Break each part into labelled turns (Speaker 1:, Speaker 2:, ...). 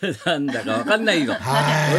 Speaker 1: なんだかわかんないよ。
Speaker 2: は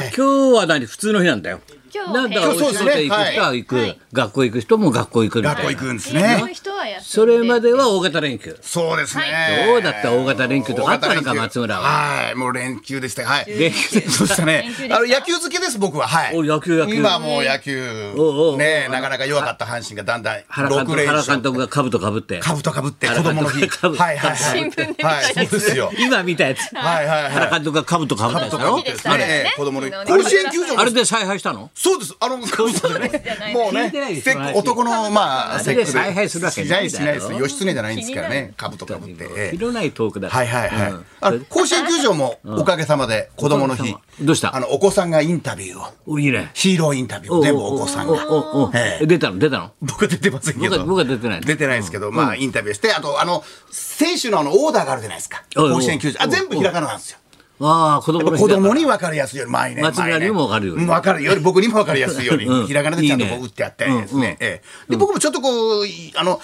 Speaker 2: い
Speaker 1: 今日は何普通の日なんだよ。
Speaker 3: 今日
Speaker 1: なんだかお
Speaker 3: 平
Speaker 1: 仕
Speaker 3: 日
Speaker 1: 事
Speaker 2: 今日そうですね
Speaker 1: 行く人は行く、
Speaker 3: はい
Speaker 1: 学校行く人も学校行くみたいな
Speaker 2: 学校行くんです
Speaker 3: 平日の
Speaker 2: ね。
Speaker 3: 人は休んで
Speaker 1: それまでは大型連休。
Speaker 2: そうですね。
Speaker 1: どうだった大型連休とかあったのか
Speaker 2: 大型連休
Speaker 1: 松村は
Speaker 2: はい、もう連休でしたよ。はい。
Speaker 1: 連休で
Speaker 2: そうでしたね
Speaker 3: 連休で。した
Speaker 2: あの野球好きです僕は。はい。
Speaker 1: お野球野球
Speaker 2: 今はもう野球
Speaker 1: おうおう
Speaker 2: ねなかなか弱かった阪神がだんだん
Speaker 1: 原監
Speaker 2: 六
Speaker 1: 督
Speaker 2: 連
Speaker 1: 原監
Speaker 2: 勝。
Speaker 1: 督が兜かぶって。
Speaker 2: 株とかぶって子供の
Speaker 1: 原
Speaker 2: 日。
Speaker 1: 監督が
Speaker 2: はいはいはい。
Speaker 1: 被
Speaker 3: 新聞で見たや
Speaker 2: は
Speaker 3: つ
Speaker 2: い、そうですよ。
Speaker 1: 今見たやつ。
Speaker 2: はいはい
Speaker 1: 原
Speaker 2: はい。
Speaker 1: 監督が兜かぶったやつ
Speaker 2: と
Speaker 1: だ
Speaker 2: かぶ
Speaker 1: ろ
Speaker 2: ってです
Speaker 3: そうです
Speaker 2: ね
Speaker 3: ね。
Speaker 2: 子供の日。
Speaker 3: 昨日ね
Speaker 2: 甲子園球場
Speaker 1: あ
Speaker 2: も
Speaker 1: れで采配したの
Speaker 2: そうです。あの、そうですね。もう
Speaker 1: 聞いてないで
Speaker 2: ね、
Speaker 1: す
Speaker 2: せ
Speaker 1: その話
Speaker 2: 男の、まあ、
Speaker 1: あれで采配するわけ
Speaker 2: し
Speaker 1: な
Speaker 2: ないい
Speaker 1: ん
Speaker 2: し
Speaker 1: だ
Speaker 2: ない
Speaker 1: よ
Speaker 2: です。義経じゃないんですからね、兜かぶって。ええ
Speaker 1: 広ないトークだ
Speaker 2: はいはいはい。
Speaker 1: うん
Speaker 2: あの甲子園球場もおかげさまで子供の日
Speaker 1: おかげさま。どうした
Speaker 2: あのお子さんがインタビューを。
Speaker 1: おいいね。
Speaker 2: ヒーローインタビューを全部お子さんが。
Speaker 1: おおおお
Speaker 2: ええ
Speaker 1: 出たの出たの
Speaker 2: 僕は出てませんけ
Speaker 1: 僕は
Speaker 2: ど。
Speaker 1: 僕は出てない
Speaker 2: 出てないですけど、まあインタビューして、あとあの、選手のあのオーダーがあるじゃないですか。
Speaker 1: おいおい
Speaker 2: 甲子園球場。
Speaker 1: お
Speaker 2: あ、
Speaker 1: い
Speaker 2: 全部ひらがななんですよ。
Speaker 1: ああ、子供の日
Speaker 2: 子
Speaker 1: だから
Speaker 2: 供に分かりやすいように、毎年。
Speaker 1: 松村にも分かるように
Speaker 2: 毎年うん分かるより、僕にも分かりやすいように、
Speaker 1: うん
Speaker 2: ひらがなでちゃんとこ
Speaker 1: いいうね
Speaker 2: 打ってあってです
Speaker 1: うんうん
Speaker 2: ね。ええで、僕もちょっとこう、いあの、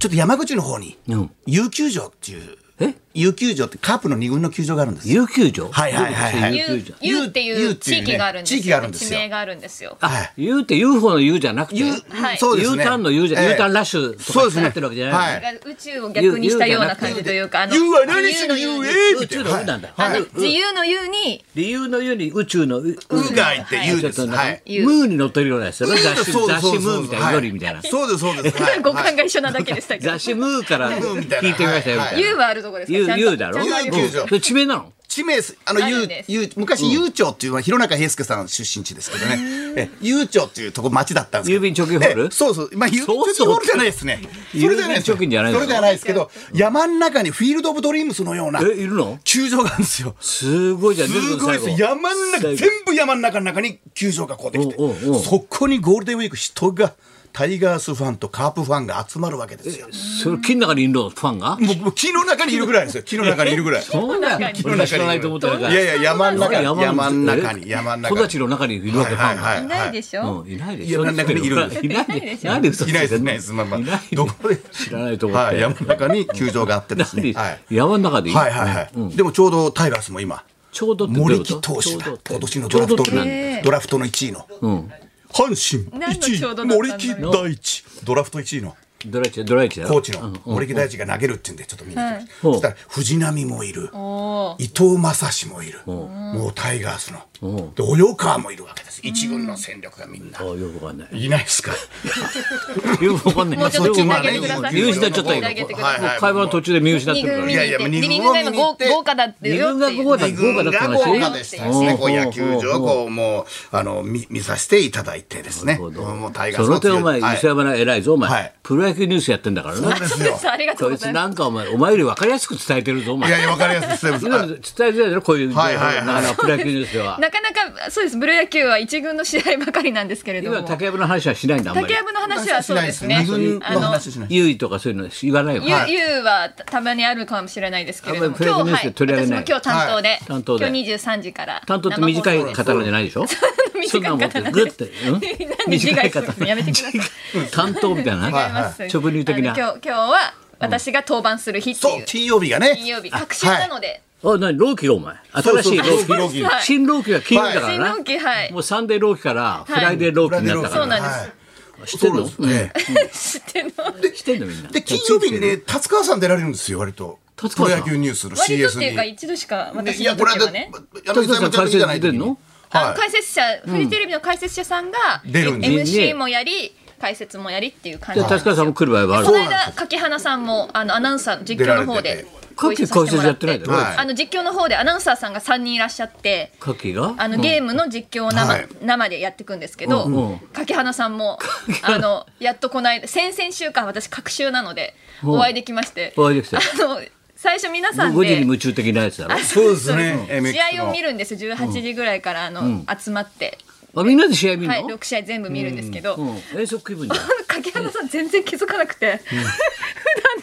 Speaker 2: ちょっと山口の方に
Speaker 1: うん、
Speaker 2: 有球場っていう、
Speaker 1: え
Speaker 2: 有球場ってカープの二軍の球場があるんですよ
Speaker 1: 有給場
Speaker 2: はいはいはいはい
Speaker 1: 有
Speaker 3: ゆ
Speaker 1: 給場
Speaker 3: ゆって
Speaker 2: ゆ
Speaker 3: いうう
Speaker 2: っていう
Speaker 3: 地
Speaker 2: ね
Speaker 3: 域があるんです
Speaker 2: 地域があるんですよ
Speaker 3: 地名があるんですよ。
Speaker 1: あ、言うって UFO の U じゃなくて、
Speaker 3: はい
Speaker 2: そうですね
Speaker 1: U ターンの U じゃ、
Speaker 2: ええ
Speaker 1: U ターンラッシュと
Speaker 2: そ
Speaker 1: か
Speaker 2: うです
Speaker 1: に
Speaker 2: ね
Speaker 1: なってるわけじゃない。
Speaker 2: はい
Speaker 3: 宇宙を逆にしたような感じというか、あの、
Speaker 2: U は何しの U
Speaker 3: 自
Speaker 2: A
Speaker 1: 宇
Speaker 2: みた
Speaker 1: 宙
Speaker 2: い
Speaker 1: の
Speaker 2: な。
Speaker 1: うなんだ
Speaker 2: はい。
Speaker 1: あ
Speaker 2: は
Speaker 1: の
Speaker 2: い
Speaker 3: 由の U に、
Speaker 1: 理由の U に宇宙の U。
Speaker 2: うがいって言
Speaker 1: ち
Speaker 2: う
Speaker 1: ょ
Speaker 2: で
Speaker 1: っと
Speaker 2: す。
Speaker 1: な
Speaker 2: は
Speaker 1: ん
Speaker 2: い
Speaker 1: か。ムーに載ってるようなやつだろ雑誌
Speaker 2: そうそう
Speaker 1: 雑
Speaker 2: そう
Speaker 1: 誌
Speaker 2: そう
Speaker 1: ムーみたいな、
Speaker 2: は
Speaker 1: よりみたいな。
Speaker 2: そうですそうです。はい
Speaker 3: 五感が一緒なだけでしたけど、
Speaker 1: 雑誌ムーから
Speaker 2: ムーみたいな
Speaker 1: 聞いてみましたよみ
Speaker 2: はい
Speaker 1: たい
Speaker 3: U
Speaker 1: な。
Speaker 3: はあるとこですか
Speaker 1: U
Speaker 3: ちゃんと
Speaker 1: U だろ
Speaker 3: ちゃんとあります
Speaker 2: 有給
Speaker 1: それ地名なの
Speaker 2: 地名すあの
Speaker 3: あ
Speaker 2: ゆ
Speaker 3: る
Speaker 2: うん
Speaker 3: です
Speaker 2: ゆう昔有町っていうのは弘中平介さん出身地ですけどね。え有町っていうとこ町だったんですけど。
Speaker 1: 郵便貯金ホール
Speaker 2: えそうそう。まあ郵便貯金ホールじゃないですね。
Speaker 1: う
Speaker 2: それじゃないです
Speaker 1: 郵便貯金じゃないの
Speaker 2: それじゃないですけど山の中にフィールドオブドリームスのような
Speaker 1: え、いるの
Speaker 2: 球場があるんですよ。
Speaker 1: すごいじゃん。
Speaker 2: すごいです
Speaker 1: 全部最後
Speaker 2: 山の中
Speaker 1: 最後
Speaker 2: 全部山の中の中に球場がこうできて
Speaker 1: おうおうおう
Speaker 2: そこにゴールデンウィーク人がタイガースファンとカープファンが集まるわけですよ
Speaker 1: それ、金の中にいるのファンが
Speaker 2: もうもう木の中にいるぐらいですよ木の中にいるぐらい
Speaker 1: そうだよ。俺は知らないと思ったから。
Speaker 2: いやいや山の中に山の中に
Speaker 1: え
Speaker 2: 山の
Speaker 1: 木
Speaker 2: 中
Speaker 1: 立
Speaker 2: に
Speaker 1: の中にいるわけ、ファンが。
Speaker 2: はい
Speaker 3: ないでしょ
Speaker 1: うん、いないで
Speaker 2: い
Speaker 1: し
Speaker 2: や
Speaker 1: ょ。
Speaker 2: なんだかねいるんです
Speaker 1: いないでしょ。なんで嘘つ
Speaker 2: いないです
Speaker 1: て
Speaker 2: い
Speaker 1: んの
Speaker 2: ないですまあま
Speaker 1: いない
Speaker 2: あ
Speaker 1: で
Speaker 2: どこで
Speaker 1: 知らないと思って。
Speaker 2: はい山の中に球場があってですね
Speaker 1: な
Speaker 2: は
Speaker 1: ん
Speaker 2: い
Speaker 1: で山の中でいい
Speaker 2: はいはいはいでもちょうどタイガースも今
Speaker 1: ちょうどってどういう
Speaker 2: 森
Speaker 1: こ
Speaker 2: 木
Speaker 1: と
Speaker 2: 投手
Speaker 1: ちょうど
Speaker 2: が
Speaker 1: って
Speaker 2: 今年のドラフト
Speaker 1: ちょうどって
Speaker 3: なんだ
Speaker 2: ドラフトの1位の
Speaker 1: うん。
Speaker 2: 阪神
Speaker 3: 何のちょうど
Speaker 2: 1
Speaker 3: だ
Speaker 2: 位
Speaker 3: ったんだ
Speaker 2: 森木大
Speaker 3: ろう
Speaker 2: 地ドラフト1位の
Speaker 1: ドライチだ、ドライチだ。
Speaker 2: コーチの森木大地が投げるって言うんでちょっと見に行きました、
Speaker 1: はい
Speaker 2: そしたら藤浪もいる
Speaker 3: おー
Speaker 2: 伊藤将司もいるもうタイガースので及川もいるわけです一軍の戦力がみんな
Speaker 1: ああ、よくわかんない。
Speaker 2: いないですか
Speaker 1: よくわかんない。
Speaker 3: もうちょっと聞いてあげてください
Speaker 1: 見失っちゃった
Speaker 3: 聞いてあげ
Speaker 1: よ。
Speaker 3: てくださ
Speaker 2: は
Speaker 3: い
Speaker 2: いはい
Speaker 1: 会話の途中で見失って
Speaker 3: 二
Speaker 1: るから
Speaker 3: 軍見
Speaker 1: ね
Speaker 3: に
Speaker 2: い。や
Speaker 3: 行
Speaker 2: い
Speaker 3: っ
Speaker 2: や二
Speaker 3: て、
Speaker 2: 軍を見に行
Speaker 3: 二軍が今豪
Speaker 2: って
Speaker 3: 豪華だってよっていう。
Speaker 1: 二軍が豪華だ
Speaker 2: 二軍が豪華でしたですね
Speaker 1: うん
Speaker 2: こう野球場をこうもうあの見見させていただいてですね
Speaker 1: なるほど
Speaker 2: もうタイガー
Speaker 1: そ
Speaker 2: スの
Speaker 1: の点
Speaker 2: 強い
Speaker 1: お前、
Speaker 2: は
Speaker 1: 磯山が偉いぞ、お
Speaker 2: は
Speaker 1: 前
Speaker 2: い。
Speaker 1: プロ野球ニュースやってんだからな。
Speaker 2: い、そう
Speaker 3: そう
Speaker 2: で
Speaker 3: ですすありがと
Speaker 1: こ
Speaker 3: うご
Speaker 1: い
Speaker 3: ざ
Speaker 1: つ
Speaker 3: います。
Speaker 1: なんかお前、お前より分かりやすく伝えてるぞ、お
Speaker 2: よい
Speaker 1: 前。
Speaker 2: やいやわかりやすいです
Speaker 1: 今 伝えづらいだろ、こういう情報。
Speaker 2: はいはいはい
Speaker 1: なかなかプロ野球ニュースでは。
Speaker 3: なかなかそうですブルー野球は一軍の試合ばかりなんですけれど
Speaker 1: 今、
Speaker 3: も
Speaker 1: 竹やぶの話はしないんだ、あんまり
Speaker 3: 竹。やぶの話はそうですね
Speaker 2: 二軍の
Speaker 3: あの
Speaker 2: 話しない
Speaker 1: 優位とかそういうの言わないよ。
Speaker 3: ゆ
Speaker 2: はい
Speaker 3: ゆうはたたまにあるかもしれないですけれども
Speaker 1: あんまりプロ野球ニュースで取り上
Speaker 3: 私
Speaker 1: げ
Speaker 3: も
Speaker 1: ない
Speaker 3: 今日担当で,、
Speaker 1: 担当で
Speaker 3: 今日二十三時から
Speaker 1: 担当って短い
Speaker 3: 方
Speaker 1: 刀じゃないでしょそんな
Speaker 3: 短
Speaker 1: も
Speaker 3: い
Speaker 1: んって
Speaker 3: 方
Speaker 1: グッて、 うん
Speaker 3: 自
Speaker 1: 短い
Speaker 3: 害する
Speaker 1: 刀
Speaker 3: のやめてく ださい
Speaker 1: 担当みたいな
Speaker 3: 違
Speaker 1: ね
Speaker 3: います、
Speaker 1: はい直入的な
Speaker 3: あの今日今日は私が登板する日って
Speaker 2: そ
Speaker 3: いうう
Speaker 2: 金曜日がね
Speaker 3: 金曜日確信なので、
Speaker 1: あ、なに、老期がお前。
Speaker 2: そ
Speaker 1: 新
Speaker 2: うそ
Speaker 1: し
Speaker 2: う
Speaker 1: い老期。
Speaker 2: ローキー
Speaker 3: はい
Speaker 1: 新老期が金曜日だから
Speaker 3: 新
Speaker 1: な。
Speaker 3: 郎期はい
Speaker 1: もうサンデー老期からフライデー老期になったか
Speaker 3: そ
Speaker 1: ら
Speaker 3: う。なんです
Speaker 1: 知ってんの
Speaker 2: そうなんですね
Speaker 3: 知ってんの
Speaker 1: してんのみんな。
Speaker 2: で金曜日にね達川さん出られるんですよ割と
Speaker 1: 達
Speaker 2: プロ
Speaker 1: 川さん
Speaker 2: 野球ニュースの
Speaker 3: 割とって
Speaker 2: CS
Speaker 3: いうか
Speaker 2: に
Speaker 3: 一度し
Speaker 2: で
Speaker 3: か私
Speaker 2: い
Speaker 3: の
Speaker 2: やこれ
Speaker 3: 時は
Speaker 2: は
Speaker 3: ね
Speaker 2: あの磯山ちゃんの時じゃない時に
Speaker 1: 達川さん解説出んの
Speaker 2: はい
Speaker 3: あの解説者、フジテレビの解説者さんが、
Speaker 2: 出るんで
Speaker 3: MC もやり、解説もやりっていう感じ
Speaker 1: で、
Speaker 3: なんです
Speaker 1: 達
Speaker 3: よ
Speaker 1: 川さんも来る場合はある
Speaker 3: こ
Speaker 2: そ
Speaker 3: の
Speaker 2: うなんです
Speaker 3: 間柿花さんもあのアナウンサー実況の方
Speaker 2: 出られ
Speaker 3: で
Speaker 2: てて
Speaker 3: ご一緒させ
Speaker 1: 柿解
Speaker 3: もら
Speaker 1: 説やってないだろ
Speaker 2: はい
Speaker 3: あの実況の方でアナウンサーさんが3人いらっしゃって
Speaker 1: カキが
Speaker 3: あのゲームの実況を生,、
Speaker 2: はい
Speaker 3: 生でやっていくんですけど、
Speaker 1: うんうん
Speaker 3: 柿花さんもあのやっとこの間先々週間私隔週なのでお会いできまして
Speaker 1: お会いできた
Speaker 3: あの最初皆さ
Speaker 1: 5
Speaker 3: ん
Speaker 1: 時に
Speaker 3: で
Speaker 1: 夢中的なやつだろ。
Speaker 2: そうですね
Speaker 3: 試合を見
Speaker 2: る
Speaker 3: るんですよ18時ぐらいからあの、集まって、
Speaker 1: あ、みんなで試合見る
Speaker 3: はい、
Speaker 1: の
Speaker 3: 6試合全部見るんですけど、
Speaker 1: うん。遠足気分じゃん。
Speaker 3: 柿原さん全然気づかなくて、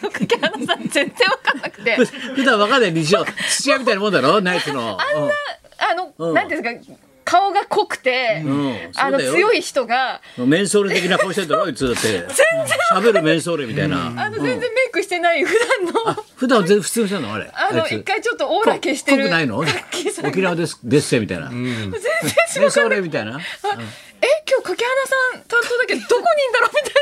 Speaker 3: 普段の柿原さん全然分かんなくて
Speaker 1: 普段わかんない日常。土屋みたいなもんだろナイツの。うん
Speaker 3: あの、
Speaker 1: うん
Speaker 3: なんていうんですか顔が濃くて、
Speaker 1: ん
Speaker 3: あ
Speaker 1: そう
Speaker 3: の
Speaker 1: だよ
Speaker 3: 強い人が、
Speaker 1: メンソール的な顔してんだろあいつだって喋るメンソールみたいな
Speaker 3: あの全然メイクしてない普段の、
Speaker 1: 普段は全然普通の人なのあれ
Speaker 3: あの
Speaker 1: いつ
Speaker 3: 一回ちょっとオーラ 消して
Speaker 1: 濃
Speaker 3: る
Speaker 1: くないの
Speaker 3: カッキーさんが
Speaker 1: 沖縄ですデッセみたいなメ
Speaker 3: 全然知ら
Speaker 1: ン
Speaker 3: なか
Speaker 1: ソ
Speaker 3: っ
Speaker 1: ールみたいな
Speaker 3: た、え今日柿花さん担当だけどどこにいんだろうみたい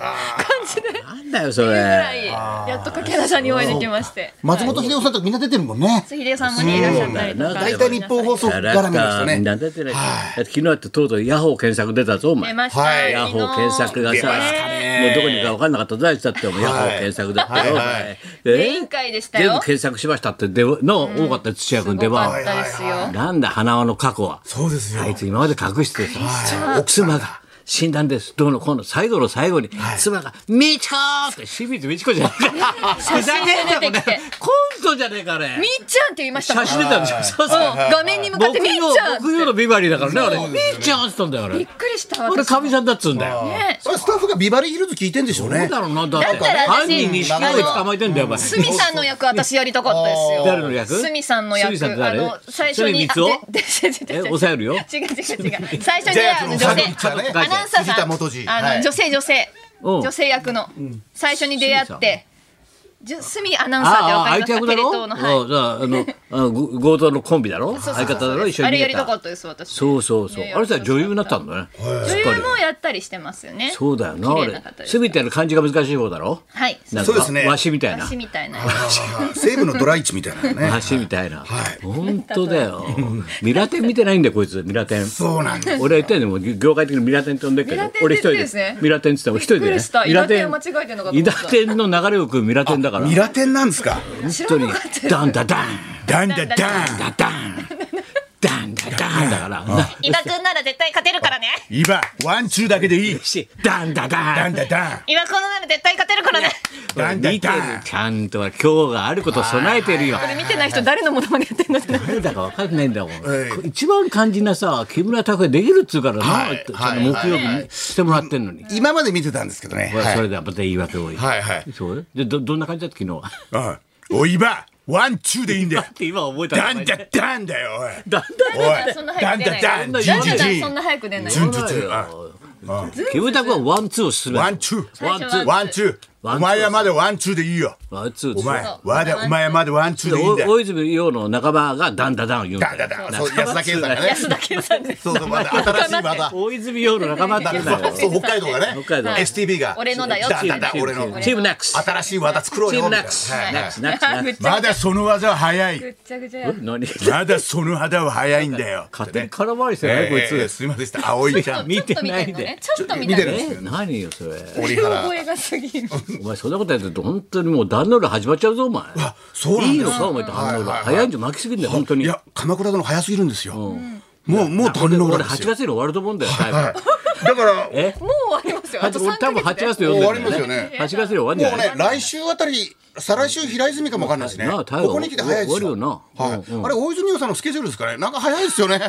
Speaker 3: な感じでっていう
Speaker 1: なんだよそ
Speaker 3: ぐら
Speaker 1: れ
Speaker 3: いやっと柿花さんにお会いできまして
Speaker 2: 松本秀夫さんとかみんな出てるもんね。
Speaker 3: 秀夫さんもねいらっしゃったりと
Speaker 1: そ
Speaker 3: か
Speaker 1: うだよ
Speaker 2: 大体日本放送
Speaker 1: キャラク
Speaker 2: 絡みでした
Speaker 1: ターみん
Speaker 2: ね。
Speaker 1: な出てないだって昨日だってとうとうヤホー検索出たぞお前
Speaker 3: 出ました、
Speaker 2: はい
Speaker 1: ヤホー検索が
Speaker 2: 出
Speaker 1: さ、
Speaker 2: ましたね
Speaker 1: もうどこにか分かんなかった大地だって、もうヤホー検索だったよ。
Speaker 2: はいはいはい
Speaker 1: お前
Speaker 3: 前回でしたよ
Speaker 1: 全部検索しましたって出番、の、多かった土屋君出
Speaker 3: 出番
Speaker 1: 番。
Speaker 3: かったですよ、
Speaker 1: なんだ、花輪の過去は。
Speaker 2: そうですよ。
Speaker 1: あいつ今まで隠してさ、
Speaker 2: はい
Speaker 1: 奥様が死んだんです。どうのこうの最後の最後に、妻が、みちこーって清水みちこじゃねえか。ふざけんな
Speaker 3: 写真出てき
Speaker 1: これ
Speaker 3: て。
Speaker 1: コントじゃねえかね。
Speaker 3: みっちゃんって言いましたもん
Speaker 1: 写真出たんですよ。そうそう。
Speaker 3: うん画面に向かってみっちゃん
Speaker 1: 木曜のビバリーだからね、あれ。みっちゃんって言ったんだよ、あ
Speaker 3: びっ
Speaker 1: れ。
Speaker 3: くりした
Speaker 1: あれ、
Speaker 3: 私
Speaker 1: かみさんだっつうんだよ。
Speaker 3: ね
Speaker 2: それスタッフがビバリーヒルズ聞いてんでしょう
Speaker 1: そう
Speaker 2: ね。
Speaker 1: だろうな、だって
Speaker 3: だったら私
Speaker 1: 犯人に死ぬで捕まえてんだよ、お前。
Speaker 3: 鷲見さんの役私やりたかったですよ。
Speaker 1: 誰の役
Speaker 3: 鷲見さんの
Speaker 1: 鷲
Speaker 3: 役
Speaker 1: 見さんって
Speaker 3: あ
Speaker 1: 誰
Speaker 3: の最初に
Speaker 1: 鷲見光
Speaker 3: あでで
Speaker 1: え
Speaker 3: でで
Speaker 1: 抑えるよ
Speaker 3: 違 う違う違う。最初
Speaker 2: ジャ
Speaker 3: に
Speaker 2: イアン
Speaker 3: あ
Speaker 2: ツ
Speaker 3: の
Speaker 2: の
Speaker 3: 女
Speaker 2: サブピ
Speaker 3: 性
Speaker 2: ッチャーね
Speaker 3: アナウンサー
Speaker 2: 藤田元次
Speaker 3: さんあ
Speaker 2: は
Speaker 3: の
Speaker 2: い
Speaker 3: 女性女性
Speaker 1: うん
Speaker 3: 女性役の最初に出
Speaker 1: 鷲
Speaker 3: 会っ
Speaker 1: 見さ
Speaker 3: て。じゅ鷲見アナウンサーで
Speaker 1: あ
Speaker 3: わ
Speaker 1: あ、
Speaker 3: かり
Speaker 1: 相
Speaker 3: ま
Speaker 1: 手役だ
Speaker 3: したテレ
Speaker 1: ろ
Speaker 3: 東のはい。
Speaker 1: うんだからあの、あのご強盗のコンビだろ
Speaker 3: そうそ
Speaker 1: 相
Speaker 3: うそう
Speaker 1: 方だろ一緒に
Speaker 3: あれや
Speaker 1: 逃げ
Speaker 3: りたか
Speaker 1: た。
Speaker 3: ったです私。
Speaker 1: そうそうそう
Speaker 3: ね。
Speaker 1: あれさ、女優になったんだね。
Speaker 3: 女
Speaker 1: しっかり
Speaker 3: 優もやったりしてますよね。
Speaker 1: そうだよな、
Speaker 3: 綺
Speaker 1: あ
Speaker 3: 麗な
Speaker 1: れ
Speaker 3: 方。です
Speaker 1: す。べての漢字が難しい方だろ
Speaker 3: はい。
Speaker 1: なんか
Speaker 2: そうですね
Speaker 1: わしみたいな
Speaker 3: 私。みたいな。
Speaker 2: 西武のドライチみたいなのね。
Speaker 1: わしみたいな。
Speaker 2: はい
Speaker 1: 本当だよ。ミラテン見てないんだよ、こいつ。ミラテン。
Speaker 2: そうなんです。
Speaker 1: 俺は言ったよね、もう業界的にミラテン飛んでっけど
Speaker 3: ミラテン、
Speaker 1: 俺一人
Speaker 3: で
Speaker 1: です
Speaker 3: ね。
Speaker 1: ミラテンって言っても一人
Speaker 3: びっ
Speaker 1: で
Speaker 3: く
Speaker 1: ね
Speaker 3: りした。
Speaker 1: ミ
Speaker 3: イ
Speaker 1: ラ
Speaker 3: ラ
Speaker 1: テ
Speaker 3: テ
Speaker 1: ン
Speaker 3: ン間違えてんのかと思
Speaker 1: イ
Speaker 3: った
Speaker 1: ラ。テンの流れをくミラテンだから。
Speaker 2: ミラテンなんですか。
Speaker 3: 知ら
Speaker 1: 本当
Speaker 3: な
Speaker 1: に
Speaker 3: かったよ。
Speaker 1: ダンダダン
Speaker 2: ダンダダン。
Speaker 1: ダダンダンダダンだからな
Speaker 3: 伊庭くんなら絶対勝てるからね。
Speaker 2: 今ワンチューだけでいい。
Speaker 1: しダンダダ
Speaker 2: ダン
Speaker 1: ン
Speaker 2: ダダン。
Speaker 3: 伊庭くんなら絶対勝てるからね。
Speaker 2: ダン
Speaker 1: 見て
Speaker 2: ダ
Speaker 1: る
Speaker 2: ダン。
Speaker 1: ちゃんとは今日があること備えてるよ
Speaker 3: これ見てない人誰のものまねやってんのってな
Speaker 1: 誰だか分かんないんだもん
Speaker 2: ええ
Speaker 1: 一番肝心なさ木村拓哉できるっつうから
Speaker 2: は
Speaker 1: ないその
Speaker 2: はい
Speaker 1: 木曜日にしてもらってんのに
Speaker 2: 今まで見てたんですけどね。
Speaker 1: ほらそ
Speaker 2: は
Speaker 1: れ
Speaker 2: い
Speaker 1: ではまた言い訳多い
Speaker 2: はいはい。
Speaker 1: そうでどどんな感じだった昨 日は
Speaker 2: うんおいばワンチューでいいんだよ
Speaker 1: だっ。て今覚えた
Speaker 2: ダ
Speaker 1: お
Speaker 2: ン
Speaker 1: 前
Speaker 2: ダダンだよおい。
Speaker 1: ダン
Speaker 2: おい
Speaker 3: そんな
Speaker 2: ダ
Speaker 3: 早
Speaker 2: ン
Speaker 3: く
Speaker 2: ダ
Speaker 3: 出
Speaker 2: ダ
Speaker 3: な
Speaker 2: ン
Speaker 3: い。
Speaker 2: ジン
Speaker 3: だ
Speaker 2: ジ
Speaker 3: んだん
Speaker 2: ジ
Speaker 3: そんな早く出ない。
Speaker 2: 純
Speaker 1: ダン
Speaker 2: 実あ
Speaker 1: だよ木村拓哉はワンツーを進め
Speaker 2: ワンチュー。
Speaker 1: ワンツー
Speaker 2: ワンチュー。お前はまだワンチューでいいよ。
Speaker 1: ワンツー
Speaker 2: お前
Speaker 3: そう、
Speaker 2: わだ、お前はまだワンチューでいいんだ
Speaker 1: でお
Speaker 2: よ。
Speaker 1: 大泉洋の仲間がダンダダンを言うんだ
Speaker 2: だ
Speaker 1: よ
Speaker 2: だだ、そう、安田圭さんがね。
Speaker 3: 安田圭さんです。
Speaker 2: そうそう、まだ新しいまだ。
Speaker 1: 大泉洋の仲間って言うんだよ
Speaker 2: そう、北海道がね。
Speaker 1: 北海道
Speaker 2: STB が。
Speaker 3: 俺のだよ
Speaker 2: だ
Speaker 3: って
Speaker 2: だだ、俺の。
Speaker 1: チームナックス
Speaker 2: 新しい技作ろう
Speaker 1: チ
Speaker 2: よ。
Speaker 1: ーム
Speaker 2: み
Speaker 1: ナ
Speaker 2: た
Speaker 1: ッ
Speaker 2: いな
Speaker 1: クス
Speaker 2: はい
Speaker 1: ナッ
Speaker 2: はい
Speaker 1: クスナックスナックス
Speaker 2: まだその技は早
Speaker 3: ぐ
Speaker 2: い。
Speaker 3: っちゃぐちゃや。
Speaker 1: 何
Speaker 2: まだ その肌は早いんだよ。
Speaker 1: 勝手に空回りしてない
Speaker 2: え
Speaker 1: こ
Speaker 2: え
Speaker 1: い
Speaker 2: ええ
Speaker 1: つ
Speaker 2: すいませんでした。葵ちゃ ん。
Speaker 1: 見てないで
Speaker 3: ちょっと見てんのねちょっと見
Speaker 1: え
Speaker 2: 見てる
Speaker 3: てる。
Speaker 1: 何よそれ
Speaker 2: 折原。
Speaker 3: 声がすぎる。
Speaker 1: お前そんなことやってると本当にもう段の裏始まっちゃうぞお前
Speaker 2: あ、そうなん
Speaker 1: いい
Speaker 2: だ
Speaker 1: の
Speaker 2: よ。
Speaker 1: かお前段の裏早いんじゃ巻きすぎんだよ本当
Speaker 2: い
Speaker 1: に
Speaker 2: や、鎌倉殿早すぎるんですよ。もう、もう、
Speaker 1: 俺
Speaker 2: 鳥の
Speaker 1: 俺
Speaker 2: 浦で
Speaker 1: 8月
Speaker 2: すよ。
Speaker 1: に終わると思うんだよタイム
Speaker 2: はい。だから、
Speaker 1: え
Speaker 3: もう終わりますよ。あと
Speaker 1: 俺
Speaker 3: 三ヶ
Speaker 1: 多分8
Speaker 3: 月で。
Speaker 1: 月で呼んで
Speaker 2: もう終わりますよね
Speaker 1: 8月で終わるんじゃ
Speaker 2: もう
Speaker 1: ない
Speaker 2: ね、来週あたり、再来週平泉かもわかんないですね。
Speaker 1: なあ
Speaker 2: こ
Speaker 1: 太陽
Speaker 2: こに来て早いです
Speaker 1: 終わ
Speaker 2: よ。
Speaker 1: るよな
Speaker 2: はい。あれ、大泉洋さんのスケジュールですかね。なんか早いです よね。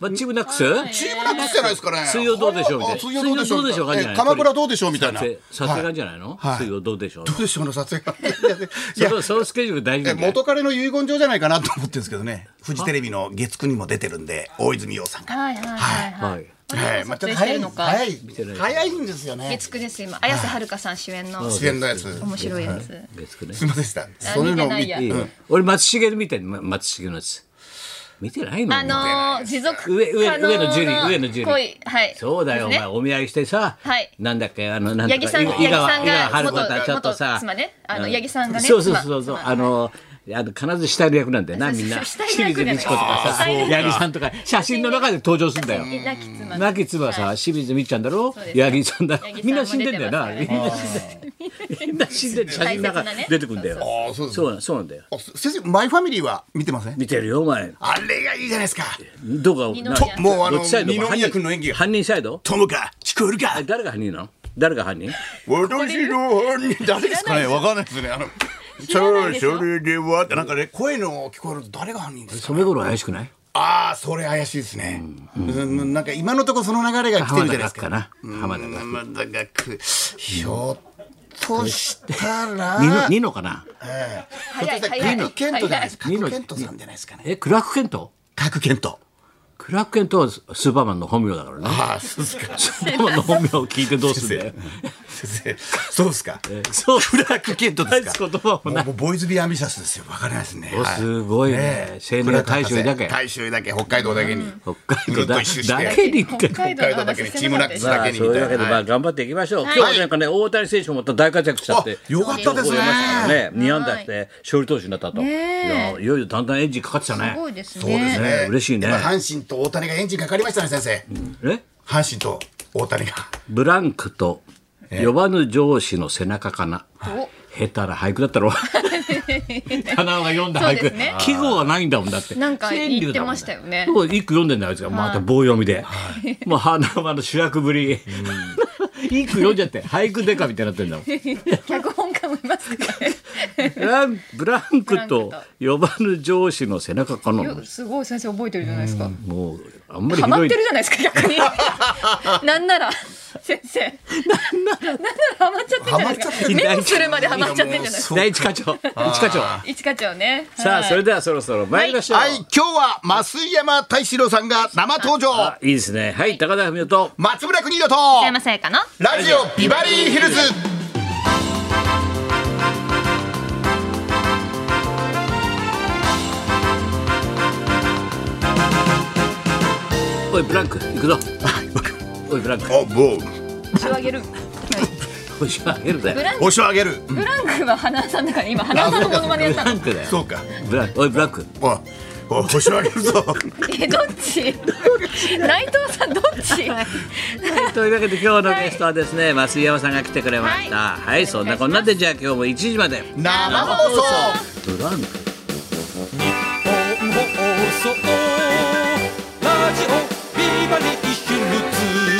Speaker 1: まあチームナックス
Speaker 2: チームラックスじゃないですかね。
Speaker 1: 水曜どうでしょうみたいな
Speaker 2: あ水曜どうでしょう
Speaker 1: 水曜どう
Speaker 2: みたいな
Speaker 1: でしょう感じない
Speaker 2: え鎌倉どうでしょうみたいな。
Speaker 1: 撮影撮影がじゃないの
Speaker 2: はい
Speaker 1: 水曜どうでしょう
Speaker 2: どうでしょうの撮影が。い
Speaker 1: そ
Speaker 2: や
Speaker 1: のそのスケジュール大事
Speaker 2: え
Speaker 1: なんだよ
Speaker 2: 元彼の遺言状じゃないかなと思ってるんですけどね。フジテレビの月9にも出てるんで、大泉洋さんが。
Speaker 3: はいはいはいはい。
Speaker 1: はい
Speaker 2: はい、まあ、ちょっと早いのか。早い、早いんですよね。
Speaker 3: 月九です今。綾瀬はるかさん主演の
Speaker 2: 主演のやつ。す
Speaker 3: 面白いやつ。
Speaker 1: 月9ね
Speaker 2: みませんでした。そういうのを
Speaker 3: 見てない
Speaker 2: 見
Speaker 3: や
Speaker 1: いいよ俺松重見てんま松重のやつ見てないの
Speaker 3: あ
Speaker 1: お前
Speaker 3: のー持続可能
Speaker 1: 上上上のジュリー上のジュリー
Speaker 3: 恋はい。
Speaker 1: そうだよお
Speaker 3: です
Speaker 1: 前
Speaker 3: ね
Speaker 1: お見合いしてさ
Speaker 3: はい
Speaker 1: なんだっけあのなんとか
Speaker 3: 八木さん
Speaker 1: 井川井
Speaker 3: 八木さ
Speaker 1: 川
Speaker 3: んが
Speaker 1: 春
Speaker 3: 元
Speaker 1: 子とはちょっとさ
Speaker 3: 元妻ねあの
Speaker 1: うん
Speaker 3: 八木さんがね
Speaker 1: そうそうそうそう
Speaker 3: 妻妻
Speaker 1: あのあの必ず死体の役なんだよな
Speaker 3: そうそ
Speaker 1: み
Speaker 3: うん
Speaker 1: な
Speaker 3: 死体の
Speaker 1: 清
Speaker 3: 役
Speaker 1: 水
Speaker 3: じゃ
Speaker 1: 美智子と
Speaker 3: ない
Speaker 1: かさ
Speaker 3: あーそう
Speaker 1: 八木さんとか写真の中で登場するんだよ
Speaker 3: 亡き妻の
Speaker 1: 亡き妻さ清水美ちゃんだろ
Speaker 3: そうです
Speaker 1: 八木さんだろ
Speaker 3: 八木さんも
Speaker 1: みんな死んでんだよなみ
Speaker 3: 出
Speaker 1: んな死んでるみんな死んでる写真の中
Speaker 3: 大切なね
Speaker 1: 出てくんだよ
Speaker 2: ああ、そうです
Speaker 1: そうなんそうなんだよ
Speaker 2: あ先生、マイファミリーは見てません
Speaker 1: 見てるよお前
Speaker 2: あれがいいじゃないですか。
Speaker 1: どうか
Speaker 3: 宮
Speaker 1: な
Speaker 3: と
Speaker 2: もうあの
Speaker 1: どっちサイド
Speaker 2: 二宮君の演技が
Speaker 1: 犯人サイド
Speaker 2: 友か、聞こえるか
Speaker 1: あ。誰が犯人なの誰が犯人
Speaker 2: 私の犯人誰ですかねわかんないですねあの
Speaker 3: らないですよ
Speaker 2: それではってなんかね声の聞こえると誰が犯人ですか
Speaker 1: 染五郎怪しくない
Speaker 2: ああそれ怪しいですねうんなんか今のところその流れが来て
Speaker 1: 浜
Speaker 2: るじ
Speaker 1: 田
Speaker 2: ゃないです
Speaker 1: 岳
Speaker 2: か
Speaker 1: かな浜田岳
Speaker 2: 浜田岳ひょっとしたら
Speaker 1: ニノニノかな
Speaker 3: 早い
Speaker 2: 角
Speaker 3: 早い
Speaker 2: 健人じゃないですか
Speaker 1: ニノ
Speaker 2: 角健人さんじゃないですかね
Speaker 1: えクラークケント
Speaker 2: 角健人
Speaker 1: クラーク・ケントはスーパーマンの本名だ からね。
Speaker 2: ああ、そうですか。
Speaker 1: スーパーマンの本名を聞いてどうすんだよ。
Speaker 2: 先生、そうですか。
Speaker 1: そう、
Speaker 2: クラーク・ケントですか。
Speaker 1: 返す言葉も
Speaker 2: も
Speaker 1: な
Speaker 2: うもうボーイズ・ビー・アンビシャスですよ。わかりますね。
Speaker 1: お
Speaker 2: は
Speaker 1: すごいね青年は大衆だけ
Speaker 2: 大衆だけ、北海道だけに。
Speaker 1: 北海道
Speaker 2: ぐるっ
Speaker 1: だ
Speaker 2: と一周して
Speaker 1: だけにって
Speaker 3: 北。海道
Speaker 2: 北
Speaker 3: の
Speaker 2: 海道だけに
Speaker 3: 話
Speaker 2: チームラックス
Speaker 3: せな
Speaker 1: ま
Speaker 3: か
Speaker 2: だ
Speaker 3: った
Speaker 1: あ
Speaker 2: け
Speaker 3: で
Speaker 2: に
Speaker 1: そういうわけで、
Speaker 2: はい
Speaker 1: まあ頑張っていきましょう。今日はなんかね、大谷選手もまた大活躍しちゃっ
Speaker 2: あ
Speaker 1: て。、
Speaker 2: よかったですね。
Speaker 1: ね、2安打して勝利投手になったと、いやいよいよだんだんエンジンかかってた
Speaker 3: す
Speaker 1: ね
Speaker 3: ごいです
Speaker 2: そうです
Speaker 3: ね。
Speaker 2: ね
Speaker 1: ね。嬉しいね
Speaker 2: やっぱ阪神と大谷がエンジンかかりましたね、先生。
Speaker 1: え
Speaker 2: 阪神と大谷が。
Speaker 1: ブランクと呼ばぬ上司の背中かな、
Speaker 3: お
Speaker 1: 下手な俳句だ ったろ花尾が読んだ俳
Speaker 3: そう
Speaker 1: 句、
Speaker 3: ですね
Speaker 1: 季語はないんだもんだって
Speaker 3: なんか
Speaker 1: 川柳だもん
Speaker 3: 言ってましたよね
Speaker 1: そう一句読んでんだよあいつがまた棒読みで、もう花輪の主役ぶり一句読んじゃって俳句デカみたいになってんだもん
Speaker 3: 脚本家もいます ね。
Speaker 1: ブ ランブランクと呼ばぬ上司の背中かな
Speaker 3: よすごい先生覚えてるじゃないですか。
Speaker 1: もうあんまり
Speaker 3: ハ
Speaker 1: ひ
Speaker 3: マ
Speaker 1: ど
Speaker 3: っ
Speaker 1: い
Speaker 3: てるじゃないですか 逆に。なんなら先生。なんならハマっちゃってるじゃな
Speaker 2: ハマ
Speaker 3: いで
Speaker 2: っ
Speaker 3: す
Speaker 2: ちゃ
Speaker 3: か。
Speaker 2: っ
Speaker 1: る
Speaker 2: て
Speaker 3: メモするまでハマっちゃってるじゃないですか。
Speaker 1: 第一課長一課長
Speaker 3: 一課長ね。
Speaker 1: さあ、
Speaker 3: はい
Speaker 1: それではそろそろ参りましょう。
Speaker 2: はい、今日は増山大志郎さんが生登場
Speaker 1: あ。いいですね。はい、高田文夫と。
Speaker 2: 松村邦洋と。
Speaker 3: 北山さやかの
Speaker 2: ラジオビバリーヒルズ。
Speaker 1: おい、ブランク、行くぞ。おい、ブランク、
Speaker 2: お、もう、
Speaker 3: 手を上げる。はい
Speaker 1: 腰上げるぜ
Speaker 3: ブ。ラン
Speaker 2: 星をあげる。
Speaker 3: ブランクは花さんだから今花さんのモノマネやっ
Speaker 1: ブ
Speaker 3: た
Speaker 1: ラ
Speaker 3: の。
Speaker 1: ンクだよ。
Speaker 2: そうか。
Speaker 1: ブランク、おい、ブランク。
Speaker 2: お、お、星をあげるぞ。
Speaker 3: えどっち？内藤さんどっち？
Speaker 1: というわけで、今日のゲストはですね、増井山さんが来てくれました。
Speaker 3: は
Speaker 1: はいい、そんなこんなで、じゃあ、今日も1時まで。
Speaker 2: 生放送。
Speaker 1: ブランク。
Speaker 4: 放送ラジオビバリーヒルズ」